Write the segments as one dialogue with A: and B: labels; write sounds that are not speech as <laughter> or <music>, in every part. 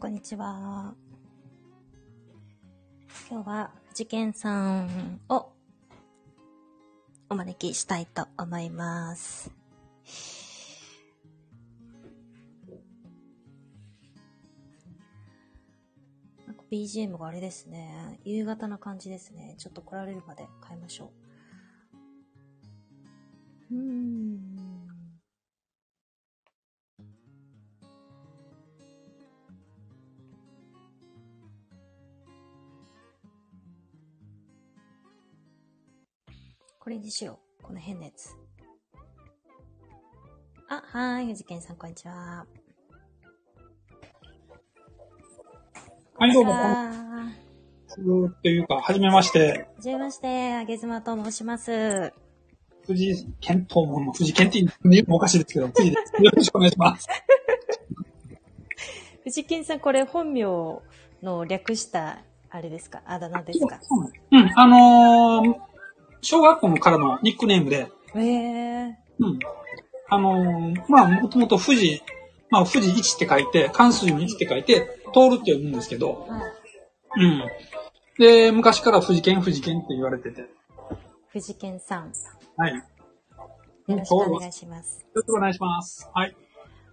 A: こんにちは。今日は、事件さんをお招きしたいと思います。なんか BGM があれですね。夕方な感じですね。ちょっと来られるまで変えましょう。うーん。これにしよう。この変なやつ。あ、はーい。藤健さん、こんにちは。
B: はい、どうも、こん
A: はーい
B: にちは。というか、はじめまして、
A: はじめまして、あげずまと申します。
B: 藤井健とも、藤井健って言うのもおかしいですけど、藤井です。よろしくお願いします。
A: 藤健さん、これ本名の略した、あれですかあだ名ですか
B: うん、あのー、小学校からのニックネームで、
A: ええ
B: うん、あのー、まあ、もともと藤井、まあ、藤井一って書いて、関数の一って書いて、通るって読むんですけど、
A: ー。はい。
B: うん。で、昔から藤健、藤健って言われてて、
A: 藤健さん、
B: はい。
A: よろしくお願いします。
B: よろしくお願いします。はい。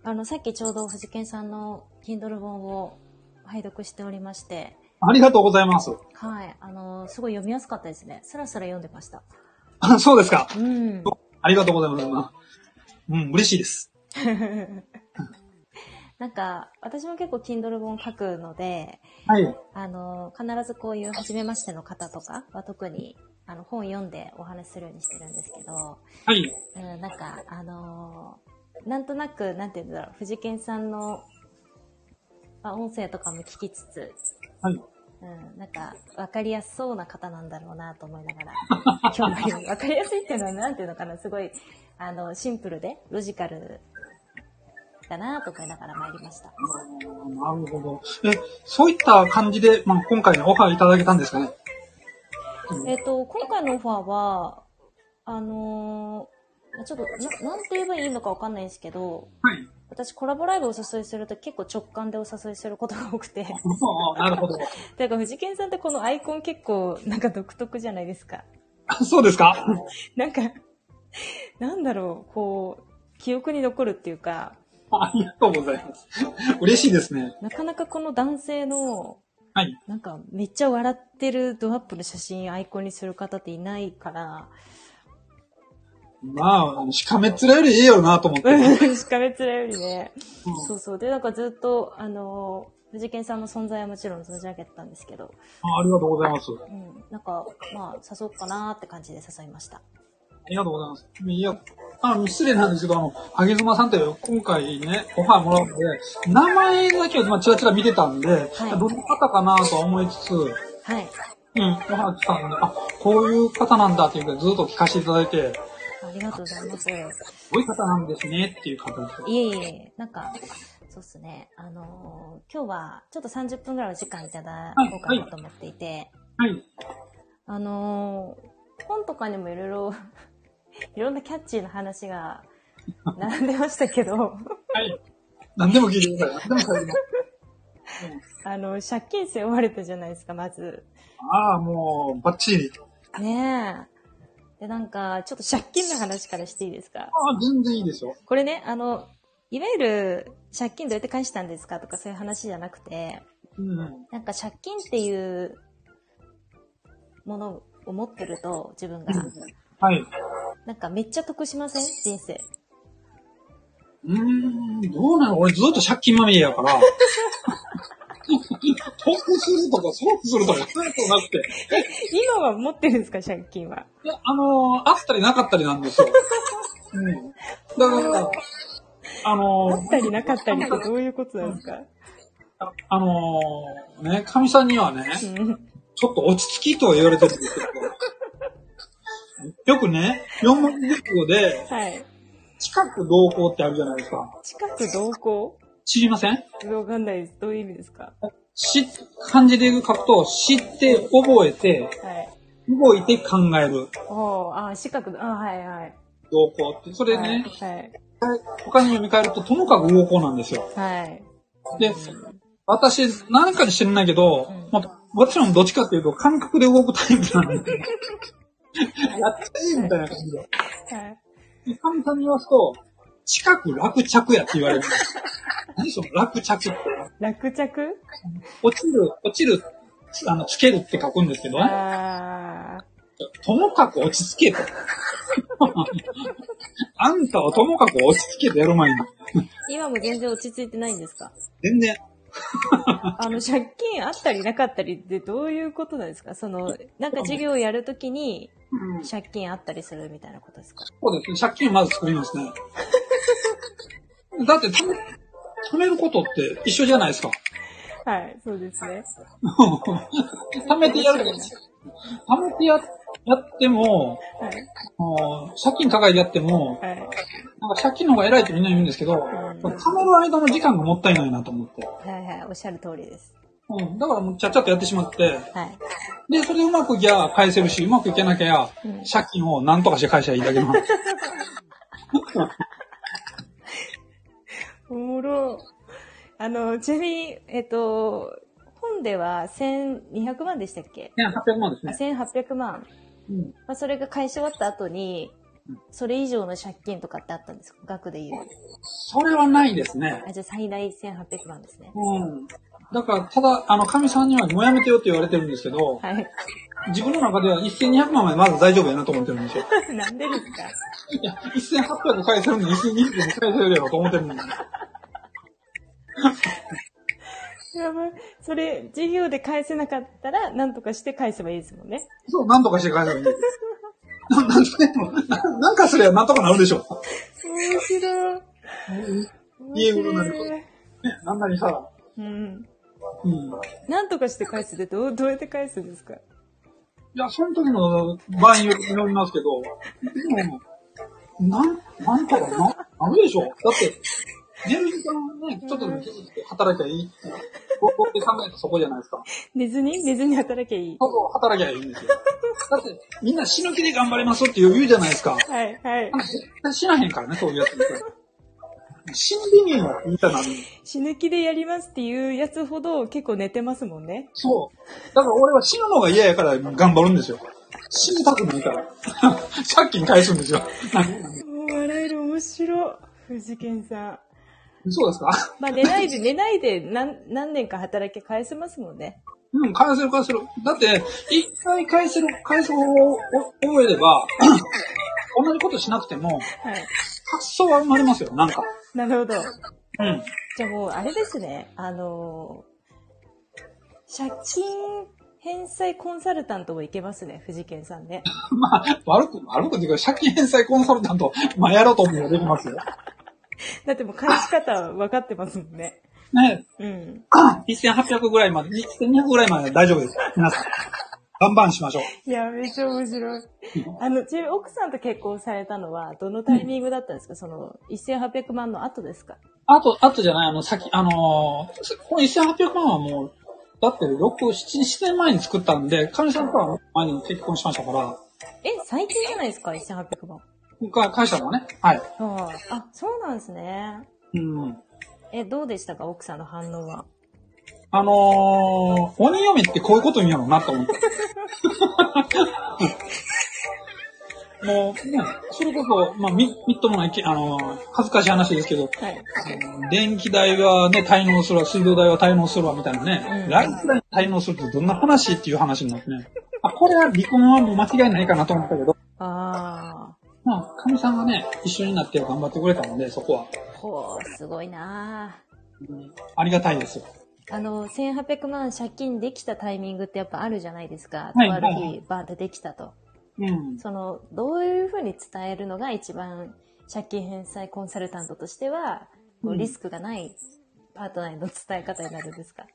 A: あの、さっきちょうど藤健さんの Kindle 本を拝読しておりまして、
B: ありがとうございます。
A: はい。あの、すごい読みやすかったですね。スラスラ読んでました。
B: あそうですか。
A: うん。
B: ありがとうございます。うん、嬉しいです。
A: なんか、私も結構 Kindle 本書くので、
B: はい。
A: あの、必ずこういう初めましての方とかは特に、あの、本読んでお話しするようにしてるんですけど、
B: はい。
A: うん、なんか、あのーなんとなく、なんて言うんだろう、藤健さんの、まあ、音声とかも聞きつつ、
B: はい。
A: うん、なんか、わかりやすそうな方なんだろうなと思いながら、 <laughs> 今日もありますわかりやすいっていうのは、なんていうのかな、すごい、あの、シンプルで、ロジカルだなと思いながら参りました。
B: なるほど。え、そういった感じで、まあ、今回のオファーいただけたんですかね。
A: えっ、と、今回のオファーは、あのーちょっとな、なんて言えばいいのかわかんないんですけど、
B: はい。
A: 私コラボライブお誘いすると結構直感でお誘いすることが多くて。 <laughs>
B: そう、なるほど。
A: てか、藤健さんってこのアイコン結構、なんか独特じゃないですか。
B: あそうです <laughs> か
A: なんか、なんだろう、こう、記憶に残るっていうか、
B: ありがとうございます。嬉しいですね。
A: なかなかこの男性の、
B: はい。
A: なんかめっちゃ笑ってるドアップの写真アイコンにする方っていないから、 <laughs>
B: まあ、あの、しかめっ面よりいいよなと思って。
A: うんしかめっ面よりね。そうそう。で、なんかずっと、あの、藤健さんの存在はもちろん存じ上げてたんですけど、
B: あありがとうございます。
A: うん、なんか、まあ、誘おうかなーって感じで誘いました。
B: ありがとうございます。いや、あの、失礼なんですけど、あの、ハゲズマさんって今回ね、オファーもらうので、名前だけを、まあ、チラチラ見てたんで、
A: い
B: どの方かなとは思いつつ、
A: はい。
B: うん、オファー来たんで、あ、こういう方なんだっていうか、ずっと聞かせていただいて、
A: ありがとうございます。
B: すごい方なんですねっていう感じです。
A: いえいえ、なんか、そうっすね。あのー今日はちょっと30分ぐらいお時間いただこうかなと思っていて、
B: はい。
A: あのー本とかにもいろいろ、 <laughs> いろんなキャッチーな話が並んでましたけど、
B: はい。何でも聞いてください。何でも聞いてください。うん
A: あの、借金背負われたじゃないですか、まず。
B: <laughs> ああ、もう、バッチリ。
A: ねえ。で、なんか、ちょっと借金の話からしていいですか
B: ああ、全然いいですよ。
A: これね、あの、いわゆる借金どうやって返したんですかとかそういう話じゃなくて、
B: うん。
A: なんか借金っていうものを持ってると、自分が。
B: はい。
A: なんかめっちゃ得しません人生。
B: うーん、どうなの俺ずっと借金まみれやから。得するとか、損するとか、そういうことなくて。
A: 今は持ってるんですか借金は。
B: いや、あのーあったりなかったりなんですよ。 <laughs> うん。だから、あ
A: あ
B: の
A: ったりなかったりってどういうことなんですか
B: ーあのーね、神さんにはね、
A: うん
B: ちょっと落ち着きとは言われてるんですけど。よくね、四文字熟語で、
A: はい。
B: 近く同行ってあるじゃないですか。
A: 近く同行
B: 知りません
A: わかんないです。どういう意味ですか
B: し、漢字で書くと、知って、覚えて、
A: はい。
B: 動いて考える
A: おー、あー、四角、あー、はいはい。
B: 同行って。それ
A: は
B: ね
A: い、。はい。
B: 他に読み替えると、ともかく動行なんですよ。
A: はい。
B: で、私、なんかで知らないけど、
A: うん
B: まあ、私もどっちかっていうと、感覚で動くタイプなん
A: <laughs>
B: で、やっちゃえみたいな感じで。
A: はい
B: 簡単に言わすと、近く落着やって言われる。何その落着って。
A: 落着
B: 落ちる、落ちる、あの、つけるって書くんですけど、
A: ああ。
B: ともかく落ち着けと。 <laughs> あんたはともかく落ち着けとやる前に。
A: 今も全然落ち着いてないんですか
B: 全然。
A: あの、借金あったりなかったりってどういうことなんですかその、なんか授業をやるときに
B: うん、
A: 借金あったりするみたいなことですか
B: そうですね。借金まず作りますね。だって、貯め貯めることって一緒じゃないですか。 <laughs>
A: はい、そうですね。
B: 貯めてやるけど、貯めてややっても、
A: はい。
B: あの借金高いでやっても、
A: はい。
B: なんか借金の方が偉いってみんな言うんですけど、貯める間の時間がもったいないなと思って。
A: はいはい、おっしゃる通りです。
B: うん。だからもうちゃっちゃっとやってしまって、
A: はい。
B: で、それでうまくいきゃ返せるし、うまくいけなきゃ
A: うん、
B: 借金を何とかして返せばいいだけの話。
A: おもろ。あの、ちなみに、えっと、本では1200万でしたっけ
B: 1800万です
A: あ
B: ね。
A: ?1800 万。
B: うん。
A: まあ、それが返し終わった後に、それ以上の借金とかってあったんですか額で言う。
B: それはないですね。
A: あ、じゃあ最大1800万ですね。
B: うん。だから、ただ、あの、神さんにはもうやめてよって言われてるんですけど、
A: はい。
B: 自分の中では1200万までまず大丈夫やなと思ってるんですよ。
A: <laughs> なんでですか
B: いや、1800返せるのに1200も返せるやろと思ってるんです
A: やばい。それ、授業で返せなかったら、なんとかして返せばいいですもんね。
B: そう、なんとかして返せるんです。な <laughs> なんとかでもななんかすればなんとかなるでしょ
A: 面白い。
B: 家をなるとう。ね、なんなりさ、
A: うん。
B: うん。
A: なんとかして返すってどう、どうやって返すんですか
B: いや、その時の場合によりますけど、でも、なん、なんとかな、なるでしょだって、寝る時間ね、ちょっとでも気づいて働きゃいいって、僕って考えたらそこじゃないですか。
A: 寝ずに寝ずに働けばいい。
B: そうそう、働きゃいいんですよ。だって、みんな死ぬ気で頑張れますって言うじゃないですか。
A: はい、はい。
B: 絶対死なへんからね、そういうやつって。死んでみよう、みたいな。
A: 死ぬ気でやりますっていうやつほど結構寝てますもんね。
B: そう。だから俺は死ぬのが嫌やから頑張るんですよ。死にたくない <laughs> から。借金返すんですよ。
A: もう笑える面白。藤健さん。
B: <laughs> そうですか
A: まあ寝ないで、寝ないで何、何年か働け返せますもんね。
B: うん、返せる返せる。だって、一回返せる、返す方法を覚えれ <laughs> ば、同じことしなくても、
A: はい。
B: 発想は生まれますよ、なんか。
A: なるほど。
B: うん。
A: じゃあもう、あれですね。あのー借金返済コンサルタントもいけますね、藤健さんね。
B: まあ、悪く、悪くっていうか、借金返済コンサルタント、まあ、やろうと思えばできますよ。
A: だってもう返し方分かってますもんね。
B: <laughs> ね、
A: うん。
B: 1800ぐらいまで、1200ぐらいまでは大丈夫です。皆さん。バンバンしましょう。
A: いや、めっちゃ面白い。あの、ちなみに奥さんと結婚されたのは、どのタイミングだったんですかその、1800万の後ですか
B: あと、あとじゃない、あの、先、あのーこの1800万はもう、だって6、7、7年前に作ったんで、神さんとは前に結婚しましたから、
A: え、最近じゃないですか ?1800 万。
B: か会社のね、はい。
A: ああ、あ、そうなんですね。
B: うん。
A: え、どうでしたか奥さんの反応は。
B: あのー、鬼嫁ってこういうこと言うんやろうなと思って。 <laughs> もう、ね、それこそ、まあ、み、みっともないき、あのー恥ずかしい話ですけど、
A: はい。
B: 電気代はね、滞納するわ、水道代は滞納するわ、みたいなね
A: う、ん
B: ライフライン滞納するってどんな話っていう話になってね、あ、これは離婚はもう間違いないかなと思ったけど、
A: あ
B: まあ、神さんがね、一緒になって頑張ってくれたので、そこは、
A: あ、ほう、すごいなあ
B: うんありがたいですよ。
A: あの、1800万借金できたタイミングってやっぱあるじゃないですか。
B: はい
A: とある
B: は
A: 日、バーンってできたと。
B: うん。
A: その、どういうふうに伝えるのが一番借金返済コンサルタントとしては、こう
B: うん
A: リスクがないパートナーへの伝え方になるんですか、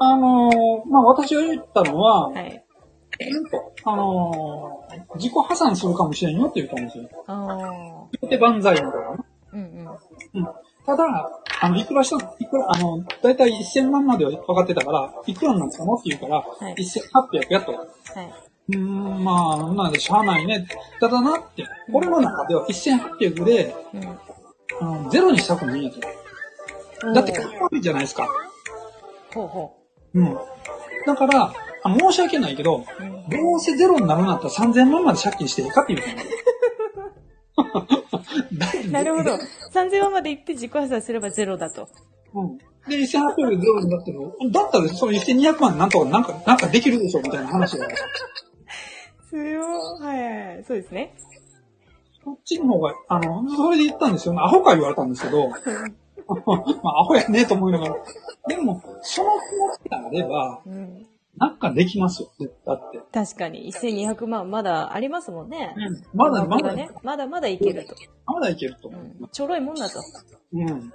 B: あのーまあ、私が言ったのは、
A: はい。
B: なんと、あのー自己破産するかもしれんよって言ったんですよ。
A: ああ、
B: 言って万歳みたいな。
A: うんうん。
B: うん。ただ、あの、いくらした、いくら、あの、だいたい1000万までは分かってたから、いくらなんですかのって言うから、
A: い
B: 1800やと。
A: はい。
B: うーん、まあ、そんなんでしゃあないね。ただなって、俺の中では1800で、
A: うん。
B: あのゼロにしたくないやと。
A: うん
B: だってかっこ悪いじゃないですか。
A: ほうほ
B: うん。だから、あ申し訳ないけど、
A: う。うん
B: どうせゼロになるんだったら3000万まで借金していい
A: <laughs>
B: かっていう。 <laughs>
A: なるほど。3000万まで行って自己破産すればゼロだと。
B: うん。で、1800円ゼロになっても、だったらその1200万なんとかなんか、なんかできるでしょみたいな話が。
A: 強はい。そうですね。
B: そっちの方が、あの、それで言ったんですよね。アホか言われたんですけど、 <laughs> まあ、アホやねと思いながら。でも、その気持ちがあれば、
A: うん。
B: なんかできますよ。だって。
A: 確かに。1200万まだありますもんね。
B: まだま
A: ま
B: だ、
A: だね。まだまだいけると。
B: まだいけると
A: う
B: 思う。
A: ん。ちょろいもんだと。
B: うん。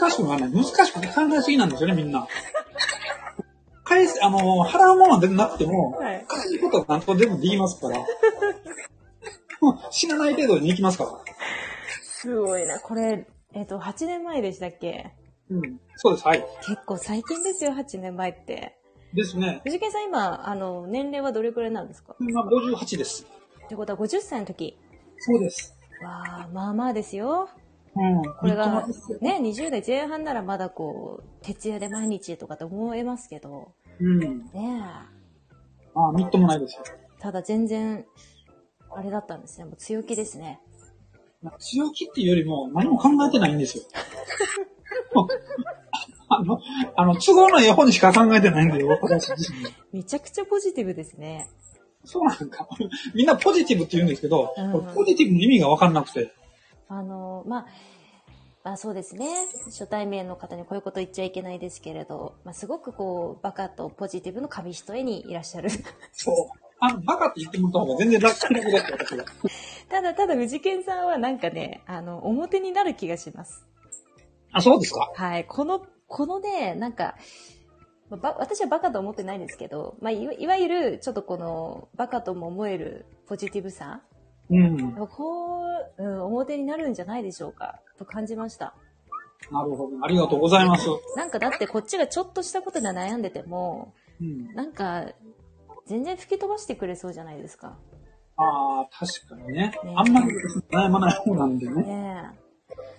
B: 難しくはない。難しく考えすぎなんですよね、みんな。返す、あの、払うものはなくても、
A: はい
B: 返すことは何とでもできますから。もう死なない程度に行きますから。
A: すごいな。これ、えっ、と、8年前でしたっけ
B: うん。そうです、はい。
A: 結構最近ですよ、8年前って。
B: ですね。
A: 藤健さん今、あの、年齢はどれくらいなんですか
B: 今58です。
A: ってことは50歳の時。
B: そうです。
A: わあ、まあまあですよ。
B: うん。
A: これ
B: 三
A: が
B: 笘ですよ、
A: ね、20代前半ならまだこう、徹夜で毎日とかって思えますけど、
B: うん。
A: ね
B: ああ、みっともないですよ。
A: え。ただ全然、あれだったんですね。もう強気ですね。
B: 強気っていうよりも何も考えてないんですよ。 <laughs> あの、あの、都合のいい方にしか考えてないんだよ、私自身が
A: めちゃくちゃポジティブですね。
B: そうなんか。 <laughs> みんなポジティブって言うんですけど、
A: うん
B: 俺ポジティブの意味がわかんなくて。
A: あの、まあ、まあそうですね。初対面の方にこういうこと言っちゃいけないですけれど、まあすごくこう、バカとポジティブの紙一重にいらっしゃる。
B: そう。あの、バカって言ってもらった方が全然楽楽だって
A: <laughs>
B: 私は。
A: <laughs> ただただ藤健さんはなんかね、あの、表になる気がします。
B: あ、そうですか。
A: はい。この、このね、なんか、まあば私はバカと思ってないですけど、まあ、いわいわゆる、ちょっとこの、バカとも思えるポジティブさ、
B: うん。
A: やっぱこう、うん、表になるんじゃないでしょうか、と感じました。
B: なるほど。ありがとうございます。
A: なんかだってこっちがちょっとしたことで悩んでても、
B: うん。
A: なんか、全然吹き飛ばしてくれそうじゃないですか。
B: ああ、確かにね
A: ね。
B: あんまり悩まない方なんでね。
A: ね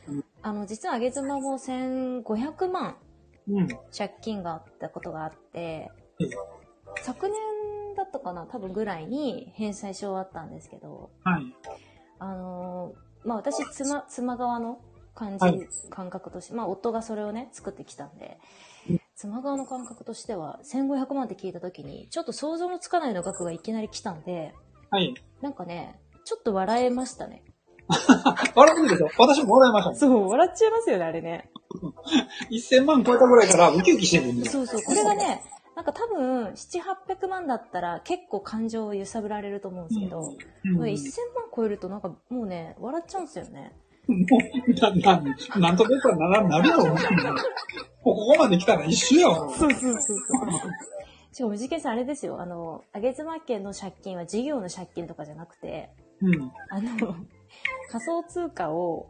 A: え
B: うん。
A: あの、実はあげずまも1500万
B: うん。
A: 借金があったことがあって
B: うん、
A: 昨年だったかな、多分ぐらいに返済し終わったんですけど、
B: はい。
A: あのーまあ私、妻、妻側の感じ、
B: はい
A: 感覚として、まあ夫がそれをね、作ってきたんで
B: うん、
A: 妻側の感覚としては、1500万って聞いた時に、ちょっと想像もつかないような額がいきなり来たんで、
B: はい。
A: なんかね、ちょっと笑えましたね。
B: 笑ってるでしょ私も笑いましたもん。
A: そう、笑っちゃいますよね、あれね。
B: 1000万超えたぐらいからウキウキしてるんですよ。
A: そうそう、これがね、なんか多分、7、800万だったら結構感情を揺さぶられると思うんですけど、
B: うん、
A: こ
B: も
A: れ1000万超えるとなんかもうね、笑っちゃうんですよね。
B: う、な、な、なんとかかならんなるやろ、もうここまで来たら一緒やわ。
A: そうそうそうしかも、事件さんあれですよ、あの、あげ妻県の借金は事業の借金とかじゃなくて、
B: うん。うん。
A: あの、仮想通貨を、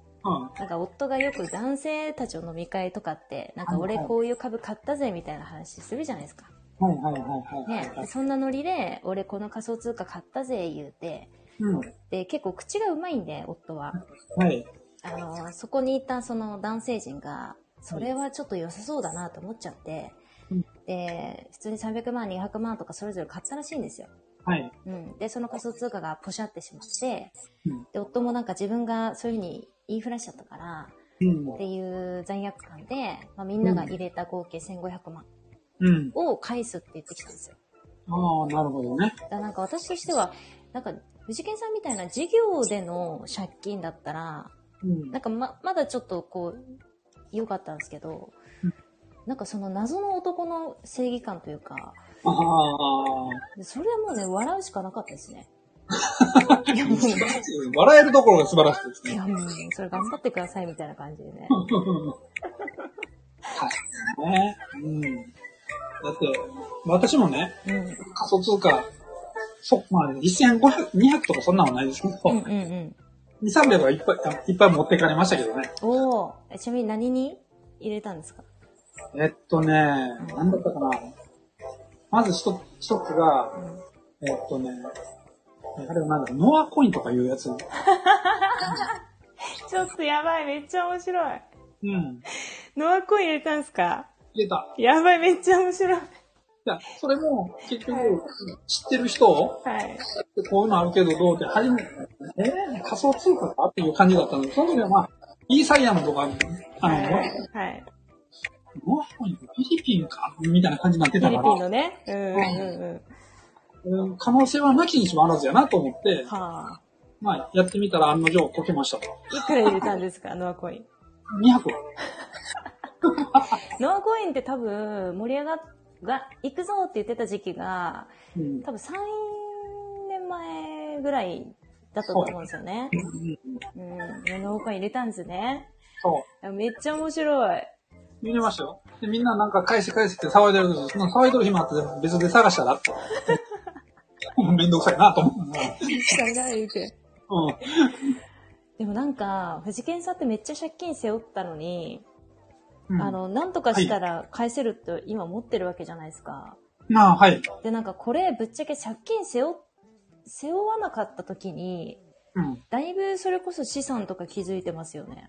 A: なんか夫がよく男性たちの飲み会とかって、なんか俺こういう株買ったぜみたいな話するじゃないですか。
B: はいはいはいはい
A: ね。でそんなノリで、俺この仮想通貨買ったぜ言うて、
B: うん。
A: で、結構口がうまいんで、夫は。
B: はい。
A: あの、そこにいたその男性陣が、それはちょっと良さそうだなと思っちゃって
B: うん、
A: で、普通に300万、200万とかそれぞれ買ったらしいんですよ。
B: はい。
A: うん。で、その仮想通貨がポシャってしまって
B: うん、
A: で、夫もなんか自分がそういうふうに言いふらしちゃったから、
B: うん
A: っ。ていう罪悪感で、まあ、みんなが入れた合計1500万
B: うん。
A: を返すって言ってきたんですよ。
B: ああ、なるほどね。
A: だからなんか私としては、なんか、藤健さんみたいな事業での借金だったら、
B: うん
A: なんかま、まだちょっとこう、良かったんですけど
B: うん、
A: なんかその謎の男の正義感というか、
B: ああ。
A: でそれはもうね、笑うしかなかったですね。いやも
B: 素晴
A: う、
B: らしい笑えるところが素晴らしいです
A: い
B: ね。
A: やもう、それ頑張ってくださいみたいな感じでね。
B: はい。ね。うん。だって、私もね、
A: うん。
B: 仮想通貨、そ、まあ、1500、200とかそんなのはないですけど、
A: うんうんうん。
B: 2、300はいっぱいあ、いっぱい持ってかれましたけどね。
A: おーえちなみに何に入れたんですか
B: えっとね、なんだったかな。まず一つ、一つが、
A: うん
B: えっとね、あれはなんだ、ノアコインとかいうやつ。
A: ちょっとやばい、めっちゃ面白い。
B: うん。
A: ノアコイン入れたんすか
B: 入れた。
A: やばい、めっちゃ面白い。
B: いや、それも、結局、知ってる人
A: はい。
B: こういうのあるけどどうって、初めて、えー、仮想通貨かっていう感じだったので、その時はまあ、イーサイアムとか、あの、ノ
A: はい。
B: アコインフィリピンかみたいな感じになって
A: フィ
B: た
A: リ
B: か
A: ピン
B: ら、
A: のね。うんうんうん。
B: うん可能性はなきにしもあらずやなと思って、
A: はあ。
B: まあ、やってみたら案の定解けましたと。
A: いくら入れたんですか、ノアコイン。
B: 200。
A: ノアコインって多分、盛り上がっ、が、行くぞって言ってた時期が、
B: うん。
A: 多分3年前ぐらいだったと思うんですよね。うん。ノアコイン入れたんですね。
B: そう。
A: めっちゃ面白い。
B: 見れましたよ。で、みんななんか返して返してって騒いでるんですよ。そんな騒いでる暇あって別で探したら <laughs> って。めんどくさいなと思
A: 誰々言うて
B: う。うん。
A: でもなんか、藤健さんってめっちゃ借金背負ったのに、
B: うん、
A: あ、の、なんとかしたら返せるって今思ってるわけじゃないですか。
B: なあ、はい。
A: で、なんかこれぶっちゃけ借金背負、背負わなかった時に、
B: うん。
A: だいぶそれこそ資産とか気づいてますよね。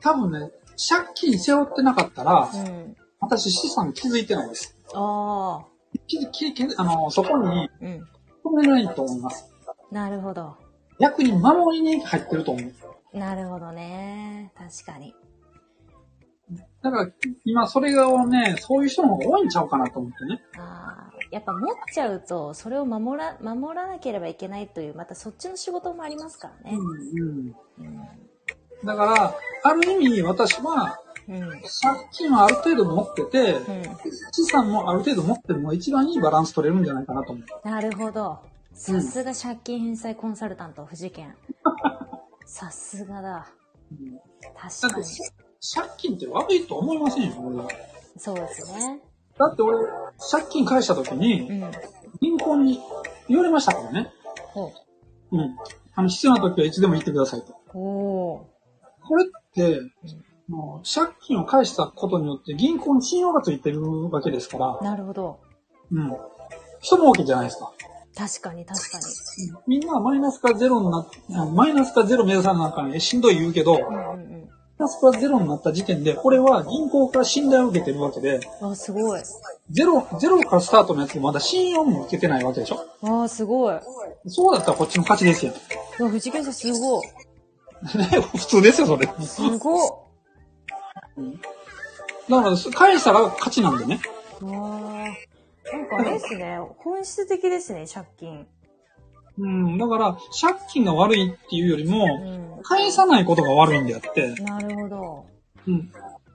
B: 多分ね、借金背負ってなかったら
A: う、ん。
B: 私資産気づいてないです。
A: ああ。
B: 気づき、気づあの、そこに
A: うん。
B: 止めないと思います。
A: なるほど。
B: 逆に守りに入ってると思う。
A: なるほどね。確かに。
B: だから、今それをね、そういう人の方が多いんちゃうかなと思ってね。
A: ああ。やっぱ持っちゃうと、それを守ら、守らなければいけないという、またそっちの仕事もありますからね。
B: うん、
A: うん。
B: うん。だから、ある意味私は、
A: うん。
B: 借金はある程度持ってて、
A: うん。
B: 資産もある程度持ってるのが一番いいバランス取れるんじゃないかなと思う。
A: なるほど。
B: う
A: さ
B: ん
A: すが借金返済コンサルタント、藤
B: <laughs>
A: 健。さすがだ。
B: だ
A: 確
B: っ
A: か
B: て
A: に。、
B: 借金って悪いと思いませんよ、俺は。
A: そうですね。
B: だって俺、借金返した時
A: う
B: に、
A: ん。
B: 銀行に言われましたからね。
A: ほ
B: うん。あの、必要な時はいつでも言ってくださいと。
A: う。お
B: これって、もう借金を返したことによって銀行に信用がついてるわけですから
A: ー。、なるほど。
B: うん。人儲けじゃないですか。
A: 確かに確かに。
B: みんなマイナスかゼロになっ、マイナスかゼロ目指さなあかんね、しんどい言うけど、
A: うんうん
B: プラスプラゼロになった時点で、これは銀行から信頼を受けてるわけで、
A: うん。あ、すごい。
B: ゼロ、ゼロからスタートのやつもまだ信用も受けてないわけでしょ
A: ああ、すごい。
B: そうだったらこっちの勝ちですよ。ね、
A: うわ、藤健さんすごい。
B: <laughs> 普通ですよ、それ。だか
A: すご
B: ら、返したら勝ちなんでね。
A: い。わあ。なんかあれですね。本質的ですね、借金。
B: うん、だから、借金が悪いっていうより
A: う
B: も、
A: ん。
B: 返さないことが悪いんであって、
A: なるほど。
B: うん。い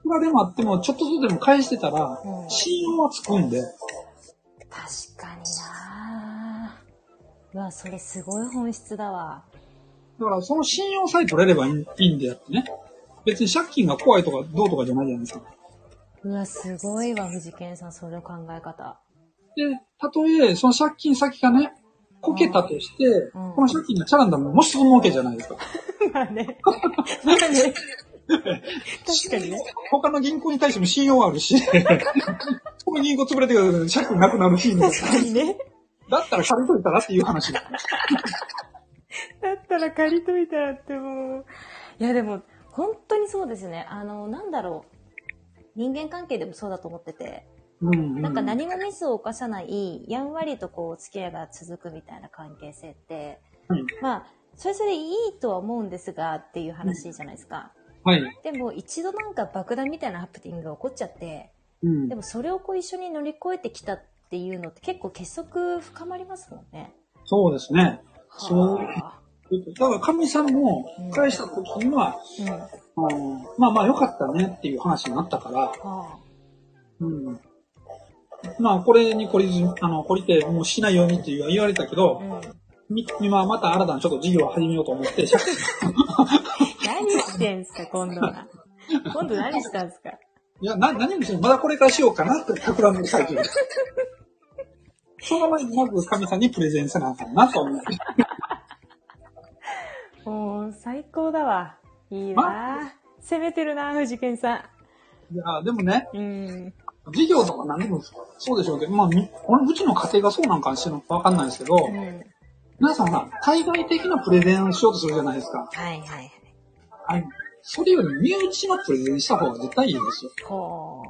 B: くらでもあっても、ちょっとずつでも返してたら
A: う、ん
B: 信用はつくんで、
A: 確かになうわ、それすごい本質だわ。
B: だからその信用さえ取れればいいいいんであってね。別に借金が怖いとかどうとかじゃないじゃないですか。
A: うわ、すごいわ、藤健さん、その考え方。
B: で、たとえ、その借金先がね、こけたとして、
A: うん
B: この借金がチャラになるのもしその儲けじゃないですか。
A: まあね。まあね。確かにね。
B: 他の銀行に対しても信用はあ
A: <laughs>
B: るし、この銀行潰れてください借金なくなるし、だっ
A: 確かにね。
B: たら借りといたらっていう話。
A: だったら借りといたらってもう。いや、でも、本当にそうですね。あの、なんだろう。人間関係でもそうだと思ってて、
B: うん、うん。
A: なんか何もミスを犯さない、やんわりとこう、お付き合いが続くみたいな関係性って、
B: うん
A: まあ、それそれでいいとは思うんですが、っていう話じゃないですか。
B: はい。
A: でも、一度なんか爆弾みたいなハプティングが起こっちゃって、
B: うん
A: で。もそれをこう一緒に乗り越えてきたっていうのって結構結束深まりますもんね。
B: そうですね。そう
A: はあ
B: だから神さんも返した時には、
A: うん。は
B: あのまあまあ良かったねっていう話になったから、
A: あ。
B: うん。まあこれに懲りず、あの、懲りてもうしないようにっていう言われたけど
A: う、ん。
B: み今また新たにちょっと事業を始めようと思って、 <laughs> 借金
A: 何してんすか、今度は。今度何したんすか。
B: いや、な、何にしろまだこれからしようかなって企んで最近。その前にまず神さんにプレゼンせなあかんなと思って。
A: もう、最高だわ。いいわ。攻めてるな、藤健さ
B: いや、でもね、
A: ん。うん。
B: 事業とか何でもそうでしょうけど、まあ、み俺、うちの家庭がそうなんかしらわかんないですけど、
A: うん。
B: 皆さんは対外的なプレゼンをしようとするじゃないですか。
A: はいはいはい。
B: はい。それより身内のプレゼンした方が絶対いいですよ。
A: ほ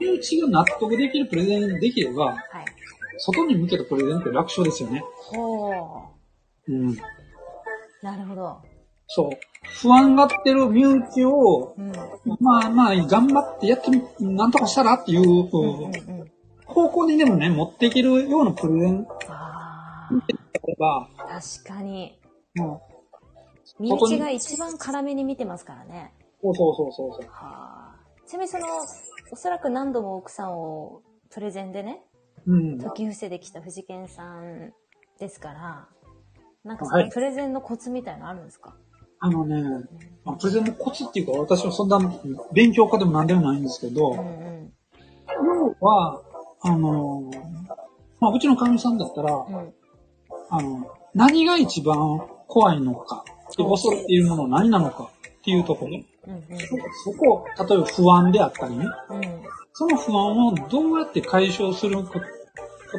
B: 身内が納得できるプレゼンできれば、
A: う。はい。
B: 外に向けたプレゼンって楽勝ですよね。
A: ほ
B: うん。
A: う。なるほど。
B: そう。不安がってる身内を、
A: うん。
B: まあまあ、頑張ってやってみ、なんとかしたらってい
A: う
B: う、
A: んうん
B: こう
A: うん。
B: 方向にでもね、持っていけるようなプレゼンで
A: あ
B: あれば、
A: あ、確かに。
B: も
A: 身内が一番辛めに見てますからね。
B: うん、そうそうそうそうそう。
A: はあ。ちなみにその、おそらく何度も奥さんをプレゼンでね、
B: うん。
A: 時伏せできた藤健さんですから、なんかそ
B: は
A: の
B: い
A: プレゼンのコツみたいのあるんですか、
B: あのね、まあプレゼンのコツっていうか、私はそんな勉強家でもなんでもないんですけ
A: う
B: ど、
A: んうん。
B: 要は、あの、まあ、うちの神さんだったら、
A: うん。
B: あの、何が一番怖いのか、で恐れているものは何なのかっていうところ、
A: うん
B: そこ、例えば不安であったりね、
A: うん。うん。
B: その不安をどうやって解消するこ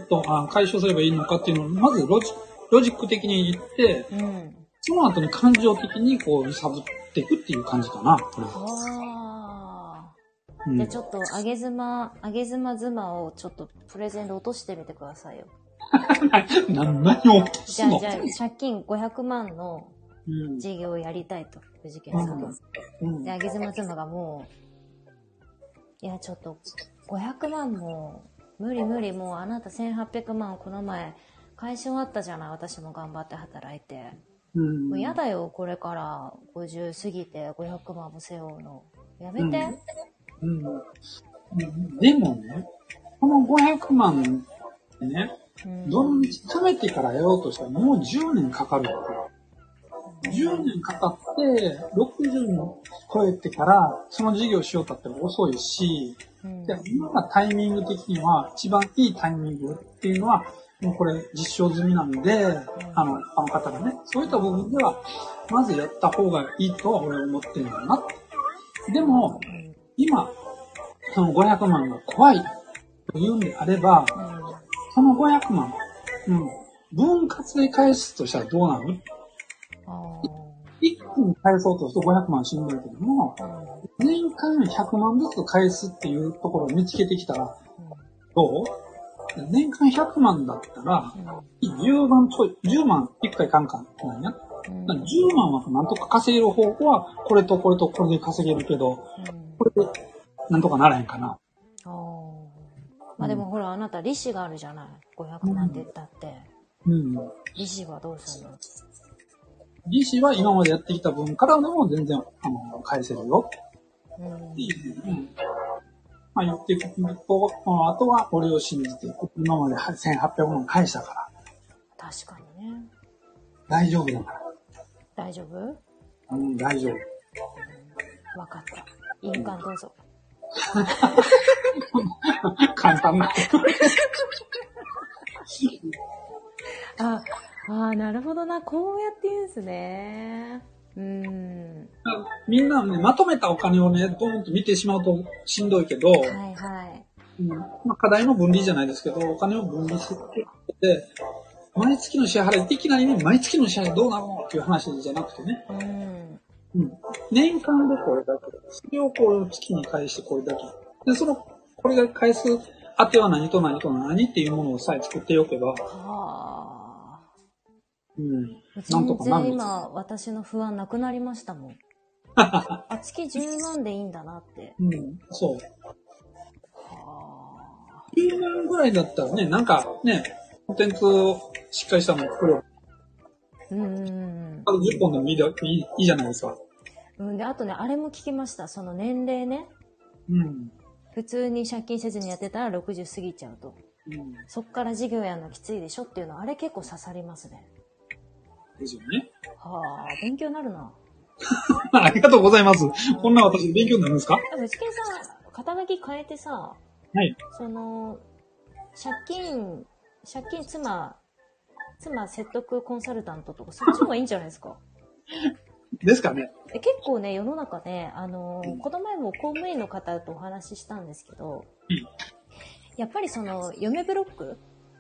B: と、あ解消すればいいのかっていうのを、まずロジロジック的に言って、
A: うん。
B: その後に感情的にこう揺さぶっていくっていう感じかな。これは
A: ああ。
B: うん
A: じゃあちょっと、あげ妻、あげ妻妻をちょっとプレゼンで落としてみてくださいよ。
B: 何何を
A: じ
B: す
A: ゃあ、
B: の
A: じゃあ、借金500万の
B: うん
A: 事業をやりたいと、藤健さんが。
B: うん
A: で、あげ妻妻がもう、いや、ちょっと、500万も、無理無理、もうあなた1800万この前、会社終わったじゃない、私も頑張って働いて。
B: うん
A: もうやだよ、これから50過ぎて500万も背負うの。やめて。
B: うんうんでもね、この500万ってね、
A: うん
B: どん貯めてからやろうとしたらもう10年かかるわけ。10年かかって、60を超えてから、その事業しようたっても遅いし、
A: うん
B: で今がタイミング的には、一番いいタイミングっていうのは、もうこれ実証済みなんで、あの、あの方がね、そういった部分では、まずやった方がいいとは俺は思ってるんだな。でも、
A: うん
B: 今、その500万が怖いと言うんであれば、その500万、うん、分割で返すとしたらどうなの
A: あ
B: 一気に返そうとすると500万はしんどいけども、
A: ーうん
B: 年間100万ずつ返すっていうところを見つけてきたら、どう年間100万だったら、10万ちょい、10万1回カンカンなんや。
A: うんうん
B: 10万はなんとか稼げる方法は、これとこれとこれで稼げるけど、
A: うん
B: これでなんとかならへんかな。
A: あーまあでもほら、あなた利子があるじゃない。500万って言ったって。
B: うん。
A: 利子はどうするの
B: 利子は今までやってきた分からでも全然、あの、返せるよ。
A: うん
B: うん。まあ言っていくと、あとは俺を信じていく。今まで1800万返したから、
A: 確かにね。
B: 大丈夫だか
A: 大丈夫
B: ら。うん、大丈夫。
A: わかった。印鑑どうぞ。
B: 簡単な。
A: あ、あーなるほどな。こうやって言うんですね。うん。
B: みんな、ね、まとめたお金をね、ドーンと見てしまうとしんどいけど、
A: はいはい。
B: うんまあ、課題の分離じゃないですけど、お金を分離してって、毎月の支払い、いきなりね、毎月の支払いどうなのっていう話じゃなくてね、
A: うん。
B: うん、年間でこれだけ。それをこう月に返してこれだけ。で、その、これが返す当ては何と何と何っていうものをさえ作っておけば、
A: はあ。
B: うん。なんと
A: 全
B: か
A: 然
B: なるんです
A: 今、私の不安なくなりましたもん。あ、月10万でいいんだなって。
B: うん。そう。
A: は
B: 10万ぐらいだったらね、なんかね、コンテンツをしっかりしたのを作れば、
A: あ。うんうんうん
B: あと10本でもいいだいいいいじゃないですか。
A: うん。うん。で、あとね、あれも聞きました。その年齢ね。
B: うん。
A: 普通に借金せずにやってたら60過ぎちゃうと。
B: うん。
A: そっから事業やるのきついでしょっていうの、あれ結構刺さりますね。
B: ですよね。
A: はあ、勉強になるな。
B: ありがとうございます。こんな私勉強になるんですか
A: でも、ちけんさん、肩書き変えてさ、
B: はい。
A: その、借金、借金妻、妻説得コンサルタントとか、そっちの方がいいんじゃないですか
B: ですかね。
A: え結構ね、世の中ね、あの
B: うん、
A: この前も公務員の方とお話ししたんですけど
B: うん、
A: やっぱりその、嫁ブロック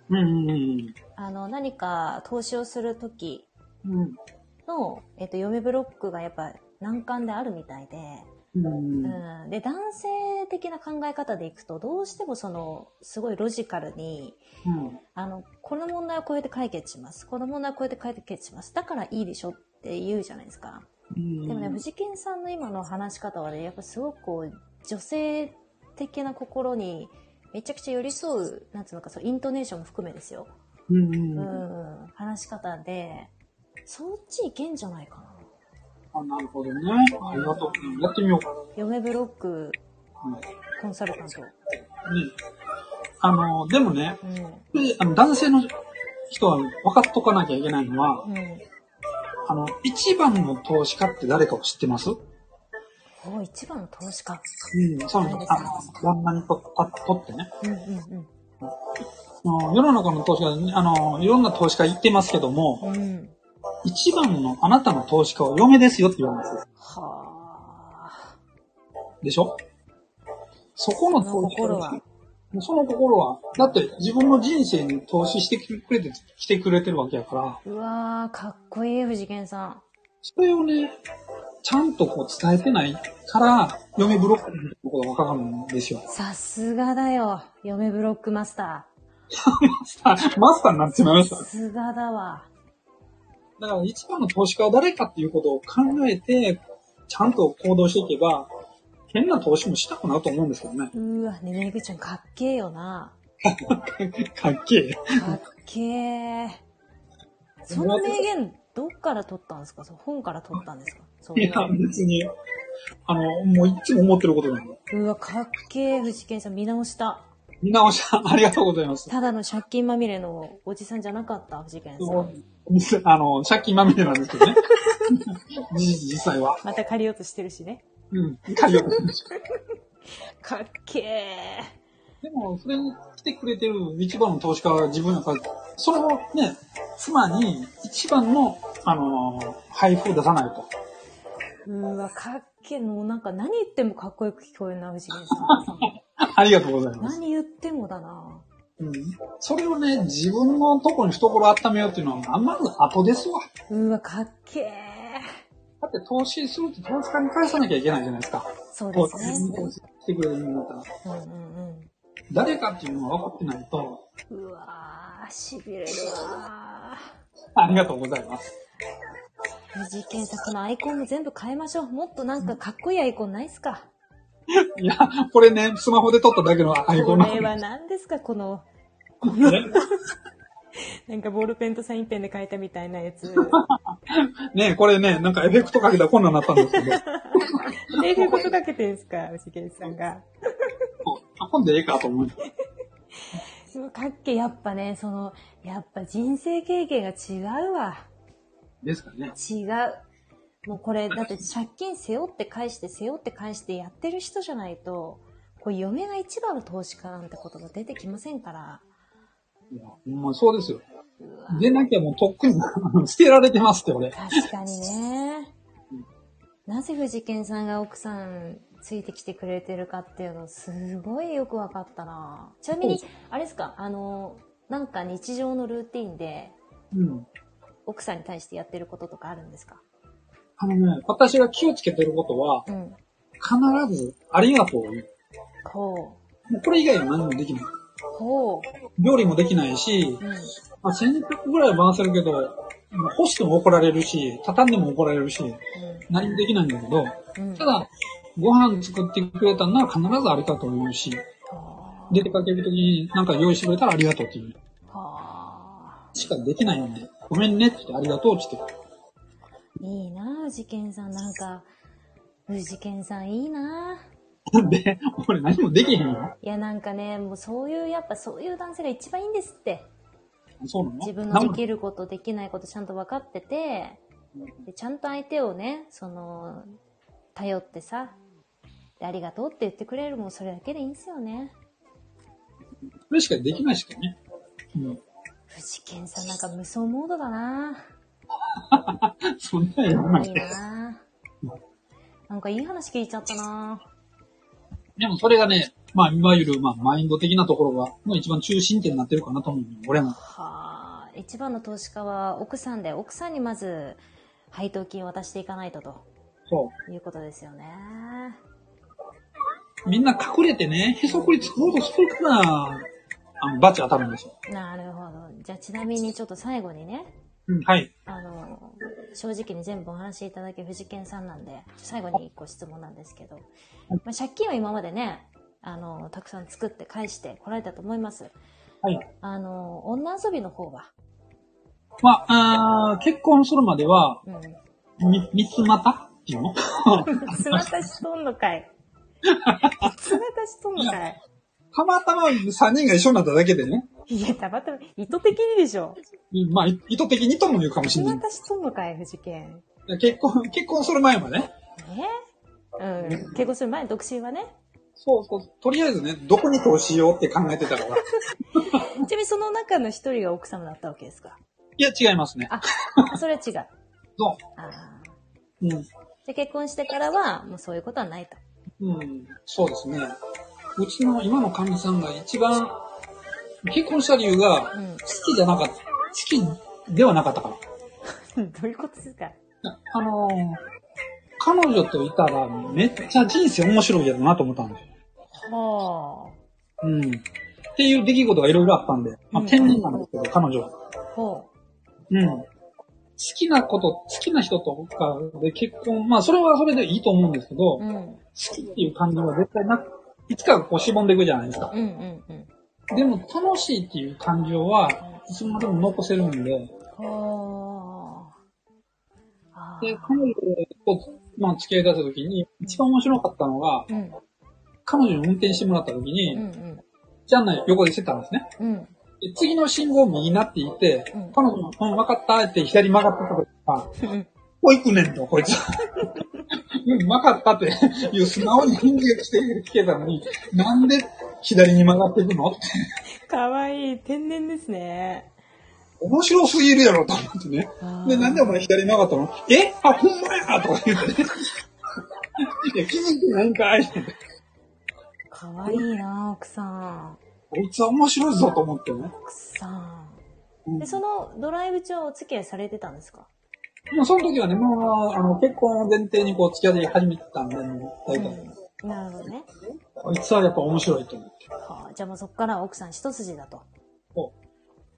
B: うんうんうん
A: あの、何か投資をするとき
B: うん。うん。
A: の、えっと、嫁ブロックがやっぱ難関であるみたいで、
B: うん。
A: うん、で、男性的な考え方でいくと、どうしてもその、すごいロジカルに、
B: うん。
A: あの、この問題はこうやって解決します。この問題はこうやって解決します。だからいいでしょって言うじゃないですか。
B: うん。
A: でもね、藤健さんの今の話し方はね、やっぱすごくこう、女性的な心に、めちゃくちゃ寄り添う、なんつうのか、そう、イントネーションも含めですよ。
B: うん
A: う
B: うん。
A: ん、話し方で、そっちいけんじゃないかな。
B: あ、なるほどね。ありがとう。うんやってみようか
A: 嫁ブロック
B: な。うん
A: コンサルタント。
B: ね、あの、でもね、
A: うん、
B: であの男性の人は分かっとかなきゃいけないのは、
A: う。
B: あの、一番の投資家って誰かを知ってますうん
A: お一番の投資家。
B: ん、そうなんです。あの、旦那にととってね。
A: うんうん
B: あの世の中の投資家、あの、いろんな投資家言ってますけども、
A: うん。うん。
B: 一番のあなたの投資家は嫁ですよって言われますよ。
A: はあ。
B: でしょそこの投資家
A: その心は。
B: その心は、だって自分の人生に投資してくれて、来てくれてるわけやから、
A: うわー、かっこいい、藤健さん。
B: それをね、ちゃんとこう伝えてないから、嫁ブロックのことが分かるんですよ。 <laughs>
A: さすがだよ。嫁ブロックマスタ
B: マスターになってしまいま
A: ー。
B: した
A: さ。すがだわ。
B: だから一番の投資家は誰かっていうことを考えて、ちゃんと行動していけば、変な投資もしたくなると思うんですけどね。 <laughs>
A: うわ、ねめぐちゃんかっけえよな。
B: かっけえ。
A: かっけ <laughs> え。その名言、どっから取ったんですかそう本から取ったんですかそう
B: いや、別に。あの、もういつも思ってることなんで。
A: うわ、かっけえ、藤健さん。見直した。
B: 見直し、ありがとうございます。
A: ただの借金まみれのおじさんじゃなかった、藤健さん。
B: あの、借金まみれなんです
A: <laughs>
B: けどね。じ実際は。
A: また借りようとしてるしね。
B: うん。借りようと思いました
A: かっけえ。
B: でも、それに来てくれてる一番の投資家は自分やから、それをね、妻に一番の、あのー配布を出さないと。
A: うわ、かっけえ。もうなんか何言ってもかっこよく聞こえるな、藤健さん。
B: ありがとうございます。
A: 何言ってもだな。
B: うん。それをね、自分のとこに懐温めようっていうのは、まず後ですわ。
A: うわ、かっけえ。
B: だって投資するって投資家に返さなきゃいけないじゃないですか。
A: そうで
B: こ
A: すね。
B: 投資してくれるんだったら。
A: うんうん
B: 誰かっていうのは分かってないと、
A: うん。うわー、しびれるわ
B: ありがとうございます。
A: ー。藤健さん、このアイコンも全部変えましょう。もっとなんかかっこいいアイコンないっすか
B: いや、これね、スマホで撮っただけのアイコ
A: こ
B: ンなん
A: れ
B: で
A: は何ですかこの、なんかボールペンとサインペンで書いたみたいな
B: <laughs>
A: やつ。
B: ね、これね、なんかエフェクトかけたらこんなんなったんですけど。
A: え、いうことかけてんすか藤健さんが。
B: あ、ほんでええかと思う。
A: すごいかっけえ、やっぱね、その、やっぱ人生経験が違うわ。
B: ですかね。
A: 違う。もうこれ、だって借金背負って返して、背負って返してやってる人じゃないと、こう嫁が一番の投資家なんて言葉出てきませんから。
B: いやほんまそうですよ。
A: うわ
B: でなきゃもうとっくに捨てられてますって、俺。
A: 確かにね。なぜ藤健さんが奥さんついてきてくれてるかっていうのすごいよくわかったな。ちなみに
B: そ、
A: あれですか、あの、なんか日常のルーティンで
B: うん。
A: 奥さんに対してやってることとかあるんですか
B: あのね、私が気をつけてることは、
A: うん。
B: 必ず、ありがとうを言う。
A: こう。
B: もうこれ以外は何もできない。
A: こ
B: 料理もできないし
A: う。、うん。
B: まあ、洗濯ぐらいは回せるけど、もう干しても怒られるし、畳んでも怒られるし、何もできないんだけど、
A: うん。うん
B: た。だ、ご飯作ってくれたんなら必ずありがとう言うし、
A: は
B: 出てかけるときになんか用意してくれたらありがとうって言う。
A: あ。
B: しかできないんで、ごめんねって言ってありがとうって言って。
A: いいな、藤健さん。なんか、藤健さんいいな。
B: <laughs> で、俺何もできへんよ。
A: いや、なんかね、もうそういう、やっぱそういう男性が一番いいんですって。
B: そうなの
A: 自分ので
B: き
A: きることできないことちゃんと分かっててでちゃんと相手をねその頼ってさでありがとうって言ってくれるもんそれだけでいいんですよね
B: それしかできないしかね。 <laughs> うん。
A: 藤健さんなんか無双モードだな
B: そんなんやらない
A: い
B: で。
A: ななんかいい話聞いちゃったな
B: でもそれがね、まあ、いわゆる、まあ、マインド的なところが、もう一番中心点になってるかなと思う。俺も。
A: はあ一番の投資家は奥さんで奥さんにまず配当金を渡していかないとと
B: そ
A: いうことですよね。
B: う。みんな隠れてね、へそくりつこうとするから、あの、バチ当たるんですよ。
A: なるほど。じゃあちなみにちょっと最後にね、
B: うん、はい。
A: あの、正直に全部お話しいただき藤健さんなんで、最後に一個質問なんですけど、まあ、借金は今までね、あの、たくさん作って返してこられたと思います。
B: はい。
A: あの、女遊びの方は、
B: まあ、あー結婚するまでは、 <laughs>
A: うん。
B: み、三つまたっていうの
A: 砂足しとんのか
B: <laughs>
A: い。砂足しとんのかい。
B: たまたま三人が一緒になっただけでね。
A: いや、たまたま、意図的にでしょ。
B: うんまあ、い意図的にとも言うかもしれ
A: 砂
B: ない。
A: 足しとんのかい、藤健。
B: 結婚、結婚する前はね。
A: えうん。結婚する前、独身はね。
B: そうそう。とりあえずね、どこに投資しようって考えてたから。い
A: ちなみにその中の一人が奥様だったわけです
B: <laughs>
A: か。
B: や、違いますね。
A: あ、それは違う。
B: そ
A: ああ。
B: う。うん。
A: で、結婚してからは、もうそういうことはないと。
B: うん、そうですね。うちの今のかみさんが一番、結婚した理由が、
A: う
B: 好
A: ん。
B: きじゃなかった、好きではなかったから。
A: <laughs> どういうことですか
B: あのー彼女といたらめっちゃ人生面白いやろなと思ったんですよ。
A: ほ
B: うん。っていう出来事がいろいろあったんで、ま
A: う
B: あ、
A: ん
B: 天然なんですけど、彼女は。
A: う。ほ
B: うん。好きなこと、好きな人とかで結婚、まあそれはそれでいいと思うんですけ
A: う。
B: ど、
A: う
B: 好
A: ん。うん
B: きっていう感じは絶対なく、いつかこうしぼんでいくじゃないですか。
A: うんうん。
B: でも楽しいっていう感情はいつまでも残せるんで、で、
A: ほう。ああ。
B: 彼女と、まあ、付き合い出した時に、一番面白かったのが、
A: うん。
B: 彼女に運転してもらった時に、
A: うんうん。
B: ジャンナ横でしてたんですね。
A: うん。
B: で次の信号右になっていて、
A: うん
B: 彼女も、うん、分かったって左曲がってた時か、こう行くねんと、こいつ。うん、分かったって、いう素直に返事が来て、聞けたのに、なんで左に曲がっていくのって、
A: かわいい。天然ですね。
B: 面白すぎるやろと思ってね。で、なんでお前左に曲がったのえあ、ほんまやとか言うてね。いや、気づいてないんかい。
A: かわいいな、奥さん。
B: こいつは面白いぞと思ってね。
A: 奥さん。
B: うん
A: で、そのドライブ中はお付き合いされてたんですか
B: もうその時はね、もう、あの、結婚を前提にこう付き合い始めてたんで、もう、大体。
A: うん。なるほどね。
B: こいつはやっぱ面白いと思って。
A: はあ、じゃあもうそこから奥さん一筋だと。
B: こ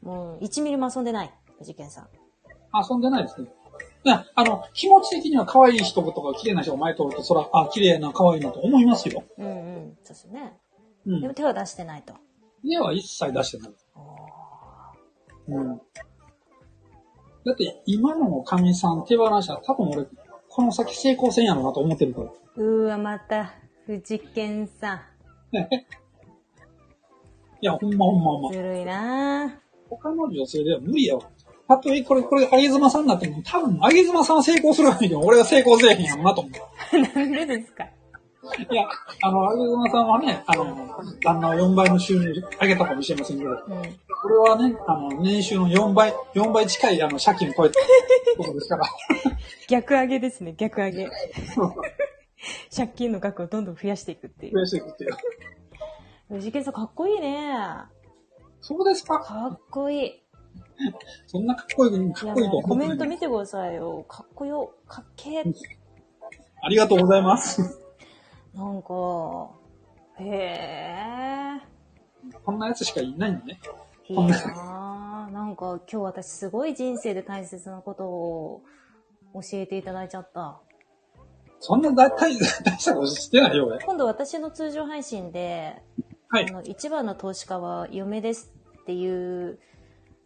A: もう、1ミリも遊んでない、藤健さん。
B: う、遊んでないですね。いや、あの、気持ち的には可愛い人とか綺麗な人が前通ると、そら、あ、綺麗な可愛いなと思いますよ。
A: うんうん。そうですね。
B: う
A: でも
B: ん。
A: 手は出してないと。
B: 家は一切出してない。うん。だって、今のかみさん手放したら多分俺、この先成功せんやろうなと思ってるから。
A: うーわ、また、藤健さ
B: いや、ほんまほんまほ
A: ん。
B: んま。
A: ずるいな
B: 他の女性では無理やわ。たとえこれ、これ、あげずまさんになっても、多分、あげずまさんは成功するわけど、俺は成功せえへんやろなと思う。
A: ぁ。なんでですか
B: いや、あの、あげずまさんはね、あの、旦那を4倍の収入上げたかもしれませんけど、
A: うん。
B: これはね、あの、年収の4倍、4倍近い、あの、借金を超えたことで
A: <laughs>
B: すから。
A: 逆上げですね、逆上げ。 <laughs> 借金の額をどんどん増やしていくってい
B: 増
A: う。
B: やしていくっていう。
A: 藤健さんかっこいいね。
B: そうですか
A: かっこいい。
B: そんなかっこいい、
A: い
B: か
A: や
B: っこいいと
A: もうコ
B: 思
A: メ
B: っ
A: ン
B: て
A: ト
B: ない。
A: 見てくださいよ。かっこよ。かっけー。
B: ありがとうございます。
A: なんか、へえ。
B: こんなやつしかいないのね。
A: いいなぁ。なんか今日私すごい人生で大切なことを教えていただいちゃった。
B: そんな大体、大したことしてないよ、俺。
A: 今度私の通常配信で、
B: は
A: あ
B: い。
A: の、一番の投資家は嫁ですっていう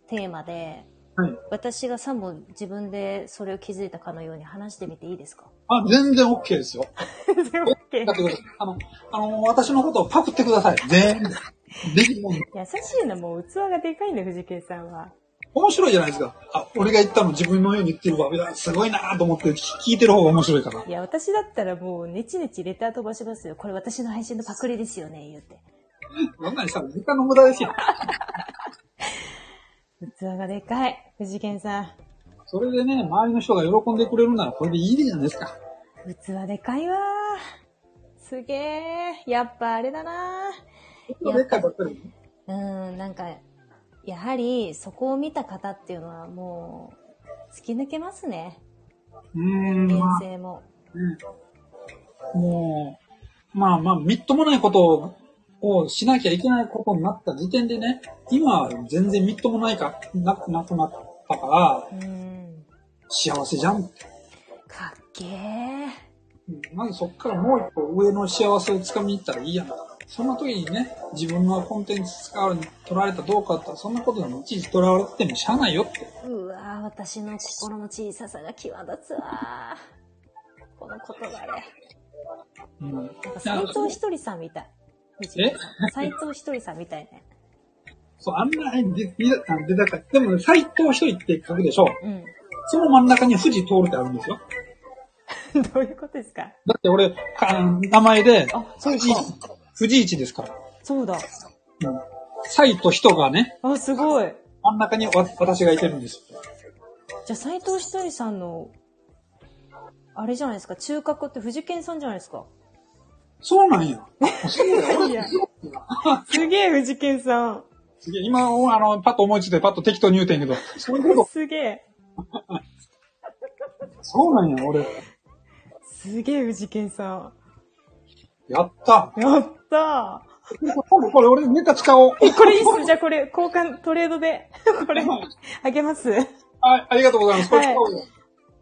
A: テーマで、
B: はい。
A: 私が3本自分でそれを気づいたかのように話してみていいです <laughs> か
B: あ、全然 OK ですよ。
A: OK
B: だってください。あの、あの、私のことをパクってください。全然。できるもん。
A: 優しいな、もう器がでかいんだ、藤圭さんは。
B: 面白いじゃないですか。あ、俺が言ったの自分のように言ってるわ。いやすごいなと思って聞聞いてる方が面白いから。 <laughs>
A: いや、私だったらもう、ネチネチレター飛ばしますよ。これ私の配信のパクリですよね、言うて。
B: そんなにさ、時間の無駄ですよ。
A: 器がでかい、藤健さん。
B: それでね、周りの人が喜んでくれるならこれでいいじゃないですか。
A: 器でかいわー。すげえ。やっぱあれだなや
B: でっかいばっかり。
A: ー。うん、なんか、やはりそこを見た方っていうのはもう、突き抜けますね。
B: うーん、
A: 現
B: まあ、
A: 世も。
B: もう、まあまあ、みっともないことをしなきゃいけないことになった時点でね、今は全然みっともないか、なくなくなったから、
A: うん。
B: 幸せじゃんって。
A: かっけえ。
B: まずそっからもう一歩上の幸せをつかみに行ったらいいやん。そんな時にね、自分のコンテンツ使われ、取られたどうかって、そんなことにいちいち取られてもしゃあないよって。
A: うわぁ、私の心の小ささが際立つわぁ。この言葉で。
B: うん。
A: なんか斎藤ひとりさんみたい。
B: え
A: 斎藤ひとりさんみたいね。
B: そう、あんな、えで、で、あでだからでも、ね、斎藤一人って書くでしょ。
A: うん。
B: その真ん中に富士通るってあるんですよ。
A: <laughs> どういうことですか
B: だって俺、か名前で、
A: あ、そう
B: 富
A: か
B: 士。、富士一ですから。
A: そうだ。
B: うん。斎と人がね、
A: あ、すごい。
B: 真ん中にわ私がいてるんです。
A: じゃあ、斎藤ひとりさんの、あれじゃないですか、中核って藤健さんじゃないですか。
B: そうなんや。そうや
A: いや
B: 俺すごいな
A: すげえ、藤健さん。
B: すげえ今、あの、パッと思いついて、パッと適当に言うてんけど、そういうこ
A: すげえ。
B: と、そうなんや、俺。
A: すげえ、藤健さん。
B: やった。
A: やった
B: これ、これ俺ネタ使おう。
A: ー。これいいっすじゃあこれ、交換、トレードで、 <laughs> これ、あげます。
B: はい、ありがとうございます。これ使おうよ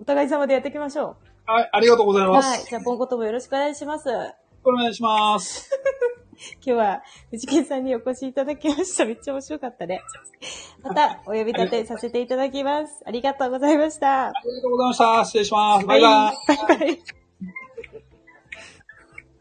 A: お互い様でやっていきましょ。
B: はい、ありがとうございうま
A: はい。
B: す。
A: じゃあ、今後ともよろしくお願いします。今
B: お願いします。
A: 日は、藤健さんにお越しいただきました。めっちゃ面白かったね。また、お呼び立てさせていただきます。ありがとうございました。
B: ありがとうございました。失礼します。バイバイ。
A: イ。バイバイ。